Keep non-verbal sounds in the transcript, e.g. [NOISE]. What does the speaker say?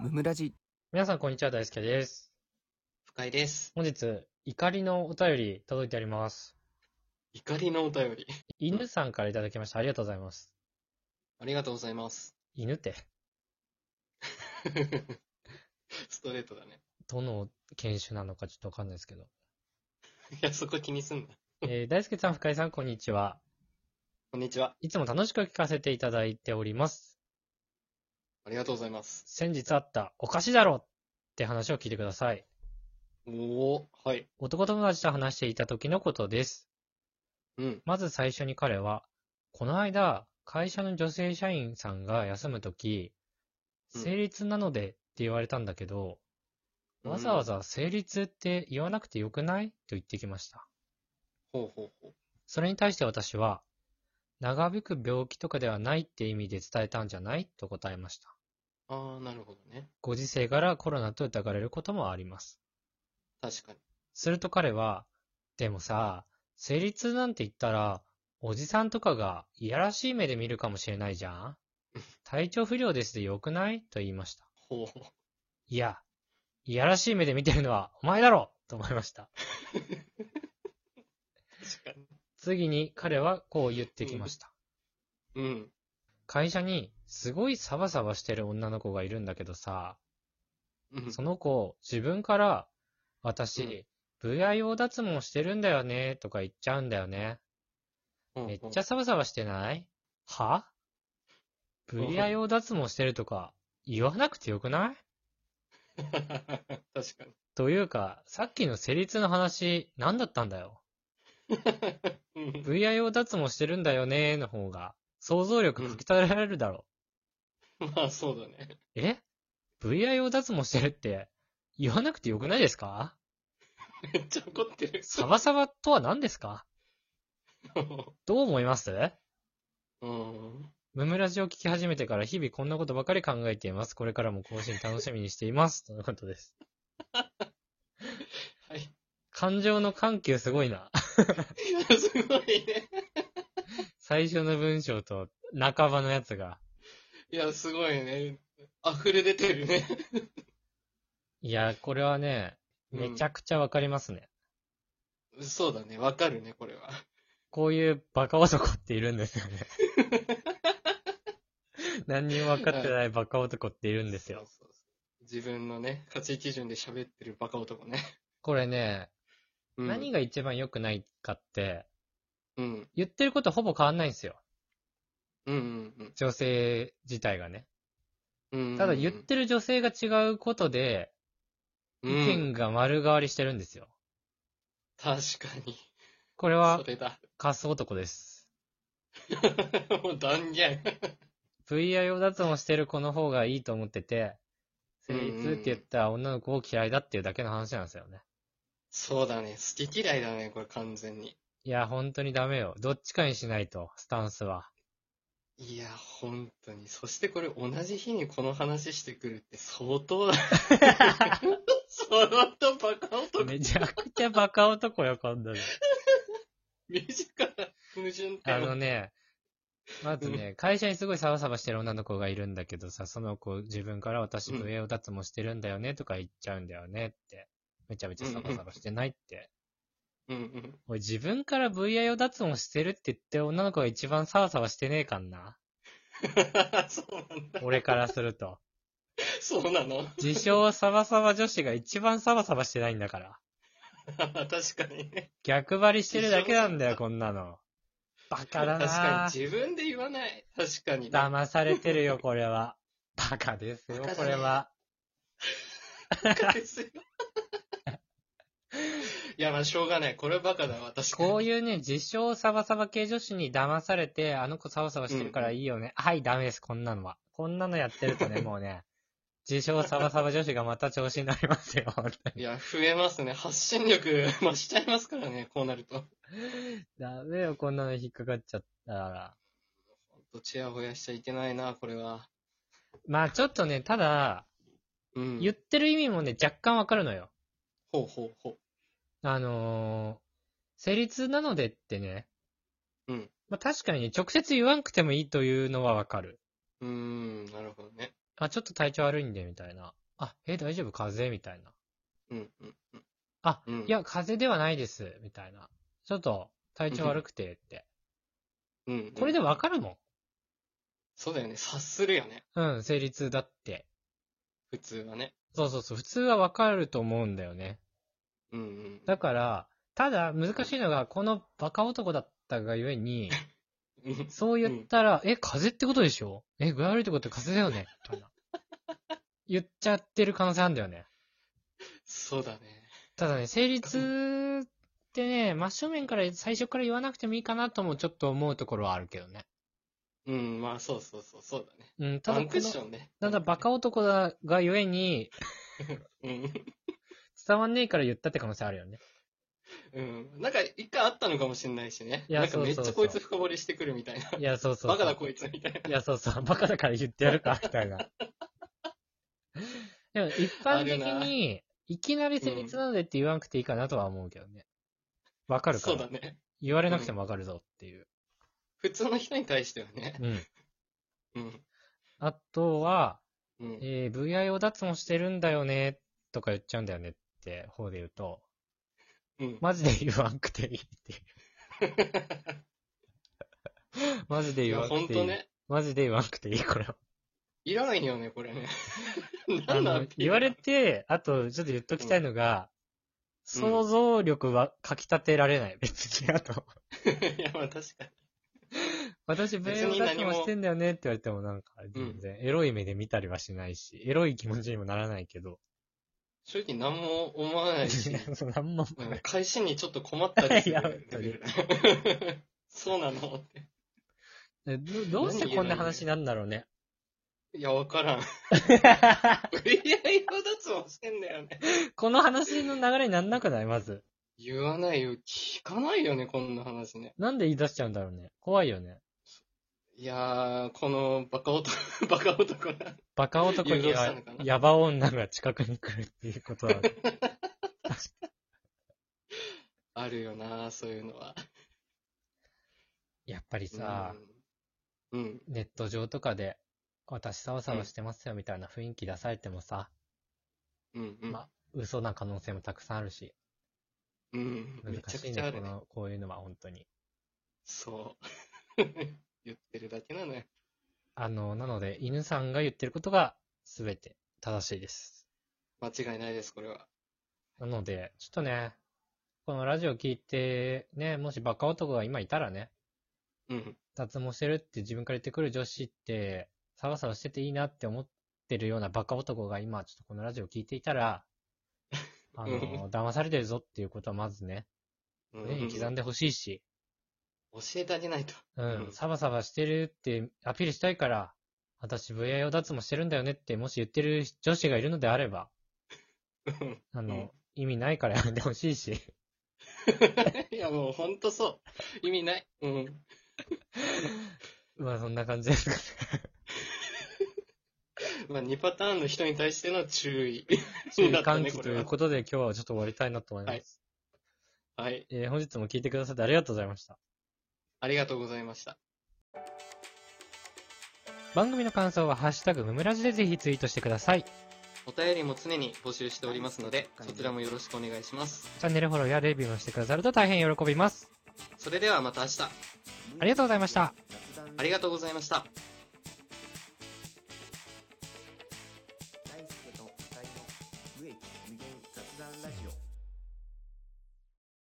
ムムラジ皆さん、こんにちは。大輔です。深井です。本日、怒りのお便り届いております。怒りのお便り。犬さんからいただきました。ありがとうございます。ありがとうござい [LAUGHS] ます。犬って、ストレートだね。どの犬種なのかちょっとわかんないですけど。いや、そこ気にすんな。えー、大輔さん、深井さん、こんにちは。こんにちは。いつも楽しく聞かせていただいております。ありがとうございます。先日あった、おかしいだろって話を聞いてください。おー、はい。男友達と話していた時のことです。うん。まず最初に彼は、この間、会社の女性社員さんが休むとき、うん成立なのでって言われたんだけど、わざわうん。ざ成立って言わなくてよくないと言ってきました。ほうほうほう。それに対して私は、長引く病気とかではないって意味で伝えたんじゃないと答えました。あー、なるほどね。ご時世からコロナと疑われることもあります。確かに。すると彼は、でもさ、成立なんて言ったら、おじさんとかがいやらしい目で見るかもしれないじゃん体調不良ですでよくないと言いました。ほう。いや、いやらしい目で見てるのはお前だろと思いました。確か次に彼はこう言ってきました。に。うん。会社にすごいサバサバしてる女の子がいるんだけどさ、うん。その子、自分から、うん私、VIO 脱毛してるんだよね、とか言っちゃうんだよね。ほうめっほう [LAUGHS] ちゃサバサバしてないは ?VIO 脱毛してるとか、言わなくてよくない確かに。というか、さっきの成立の話、何だったんだよ。 [LAUGHS] うん。 VIO 脱毛してるんだよね、の方が、想像力かきたてられるだろ。まあ、そうだね。え ?VIO 脱毛してるって、言わなくてよくないですかめっちゃ怒ってる。サバサバとは何ですかどう思いますうん。ムムラジを聞き始めてから日々こんなことばかり考えています。これからも更新楽しみにしています。とのこと [LAUGHS] です。はい。感情の緩急すごいな。 [LAUGHS] すごいね。最初の文章と半ばのやつが。いや、すごいね。溢れ出てるね。いや、これはね、めちゃくちゃわかりますね。そうだね。わかるね、これは。こういうバカ男っているんですよね。 [LAUGHS] 何にも分かってないバカ男っているんですよ。そうそうそう自分のね、価値基準で喋ってるバカ男ね。これね、うん、何が一番良くないかって、うん。言ってることほぼ変わんないんですよ。うんうんうん女性自体がね。うんうんうん。ただ言ってる女性が違うことで、う意ん、見が丸変わりしてるんですよ。確かに。これはそ、れだ。 [LAUGHS] カス男です。もう断言。 VIO 脱毛してる子の方がいいと思ってて、成立って言った女の子を嫌いだっていうだけの話なんですよね。そうだね。好き嫌いだね、これ完全に。いや、本当にダメよ。どっちかにしないと、スタンス [LAUGHS] は。いや、本当に。そしてこれ同じ日にこの話してくるって相当だ。 [LAUGHS] 相当バカ [LAUGHS] 男。めちゃくちゃバカ男よ、今度。身近な矛盾あ点のを。ね、まずね、会社にすごいサバサバしてる女の子がいるんだけどさ、その子自分から私うん上を脱毛してるんだよねとか言っちゃうんだよねって。めちゃめちゃサバサバしてない [LAUGHS] って。うんうん。 [LAUGHS] おい、自分から VIO 脱毛してるって言って女の子が一番サバサバしてねえかんな。そうなんだ。俺からすると。そうなの [LAUGHS] 自称サバサバ女子が一番サバサバしてないんだから。 [LAUGHS] 確かにね。逆張りしてるだけなんだよ、こんなの。バカだな確かに、自分で言わない。確かに、ね。騙されてるよ、これは。バカですよバカだ、ねこれは。バカですよ。 [LAUGHS] いや、まあ、しょうがない。これバカだわ、確かに。こういうね、自称サバサバ系女子に騙されて、あの子サバサバしてるからいいよね。はい、ダメです、こんなのは。こんなのやってると [LAUGHS] ね、もうね、自称サバサバ女子がまた調子になります [LAUGHS] よ、本当に。いや、増えますね。発信力増しちゃいますからね、こうなると。ダメよ、こんなの引っかかっちゃったら。どちやほやしちゃいけないな、これは。まあちょっとね、ただ、うん。言ってる意味もね、若干わかるのよ。ほうほうほあのー、成立なのでってね、うん。まあ確かにね、直接言わんくてもいいというのはわかる。う。うーん、なるほどね。あ、ちょっと体調悪いんで、みたいな。あ、え、大丈夫風邪みたいな。うん、うん、うん。あ、うんいや、風邪ではないです、みたいな。ちょっと、体調悪くて、って。うん、うん。これでわかるもそうだよね。察するよね。ん。うん、生理痛だって。普通はね。そうそうそう、普通はわかると思うんだよね。うん、うん。だから、ただ、難しいのが、このバカ男だったがゆえ [LAUGHS] に、うんそう言ったら、え、風邪ってことでしょえ、具合悪いってことは風邪だよねみたいな。 [LAUGHS] 言っちゃってる可能性あるんだよね。 [LAUGHS] そうだね。ただね、生理痛ってね、真正面から最初から言わなくてもいいかなともちょっと思うところはあるけどね。うん、まあ、そうそうそう、そうだね。うん、たワだンこクッシの、ョンね。ただバカ男だがゆえに、うん。伝わんねえから言ったって可能性ある [LAUGHS] よね。うん。なんか、一回あったのかもしれないしね。いやなんかめっちそうそゃうそうこいつ深掘りしてくるみたいな。いや、そうそうそう。バカだこいつみたいな。いや、そうそう、バカだから言ってやる [LAUGHS] か、みたいな。でも、一般的あるに、いきなり生理痛なのでって言わなくていいかなとは思うけどね。わかるかそうらだ。ね。言われなくてもわかるぞっていう。普通の人に対してはね。うん。うん。あとは、うん。えー VIO 脱毛してるんだよね、とか言っちゃうんだよねって方で言うと、うん。マジで言わんくていいって [LAUGHS] いう。マジでい言や、わんほくんていとい。ね。マジで言わんくていい、これは。いらないよね、これね。 [LAUGHS] あ何なのんだ、言われて、あと、ちょっと言っときたいのが、うん想像力はかきたてられない。別に、あと、 [LAUGHS] いや、まあ確か私、別弁に護何脱も毛してんだよねって言われても、なんか、全然、エロい目で見たりはしないし、エロい気持ちにもならないけど、正直何も思わないし、そう [LAUGHS] なんも、うん返しにちょっと困ったりすいる [LAUGHS] や本当に。 [LAUGHS] そうなのって。えどどうしてこんな話になるんだろうね。いや、わ [LAUGHS] からん。VIO 脱毛してんだよね。この話の流れになんなくないまず。言わないよ。聞かないよね、こんな話ね。なんで言い出しちゃうんだろうね。怖いよね。いやー、このバカ男、 [LAUGHS] バカ男な。バカ男誘導にしたはのか、なヤバ女が近くに来るっていうことは、あるよな、そういうのは。やっぱりさ、うん、うん。ネット上とかで、私サワサワしてますよみたいな雰囲気出されてもさ、うん、うん。ま嘘な可能性もたくさんあるし、うん。め難ちゃしくいちゃあね、こるね。の、こういうのは本当に。そう。 [LAUGHS] 言ってるだけなのよ。あの、なので、犬さんが言ってることが全て正しいです。間違いないです、これは。なので、ちょっとね、このラジオ聞いて、ね、もしバカ男が今いたらね、うん。脱毛してるって自分から言ってくる女子って、サワサワしてていいなって思ってるようなバカ男が今、ちょっとこのラジオ聞いていたら、あ [LAUGHS] の、騙されてるぞっていうことはまずね、うん胸に刻んでほしいし、教えてあげないと。ううんん、サバサバしてるってアピールしたいから、私 VIO 脱毛してるんだよねって、もし言ってる女子がいるのであれば、あの、うん [LAUGHS] 意味ないからやめてほしいし、 [LAUGHS] いや、もうほんとそう。意味ない。うん。まあそんな感じ [LAUGHS] ですかね。まあ、2パターンの人に対しての注意。注意だった喚ね起ことれいはうことで今日はちょっと終わりたいなと思います。はいはい。えー本日も聞いてくださってありがとうございました。ありがとうございました。番組の感想は「ハッシュタグムムラジ」でぜひツイートしてくださいチお便りも常に募集しておりますので、そちらもよろしくお願いします。ャンネルフォローやレビューもしてくださると大変喜びますそれではまた明日。ありがとうございましたありがとうございました。大輔と二人の無益無限雑談ラジオ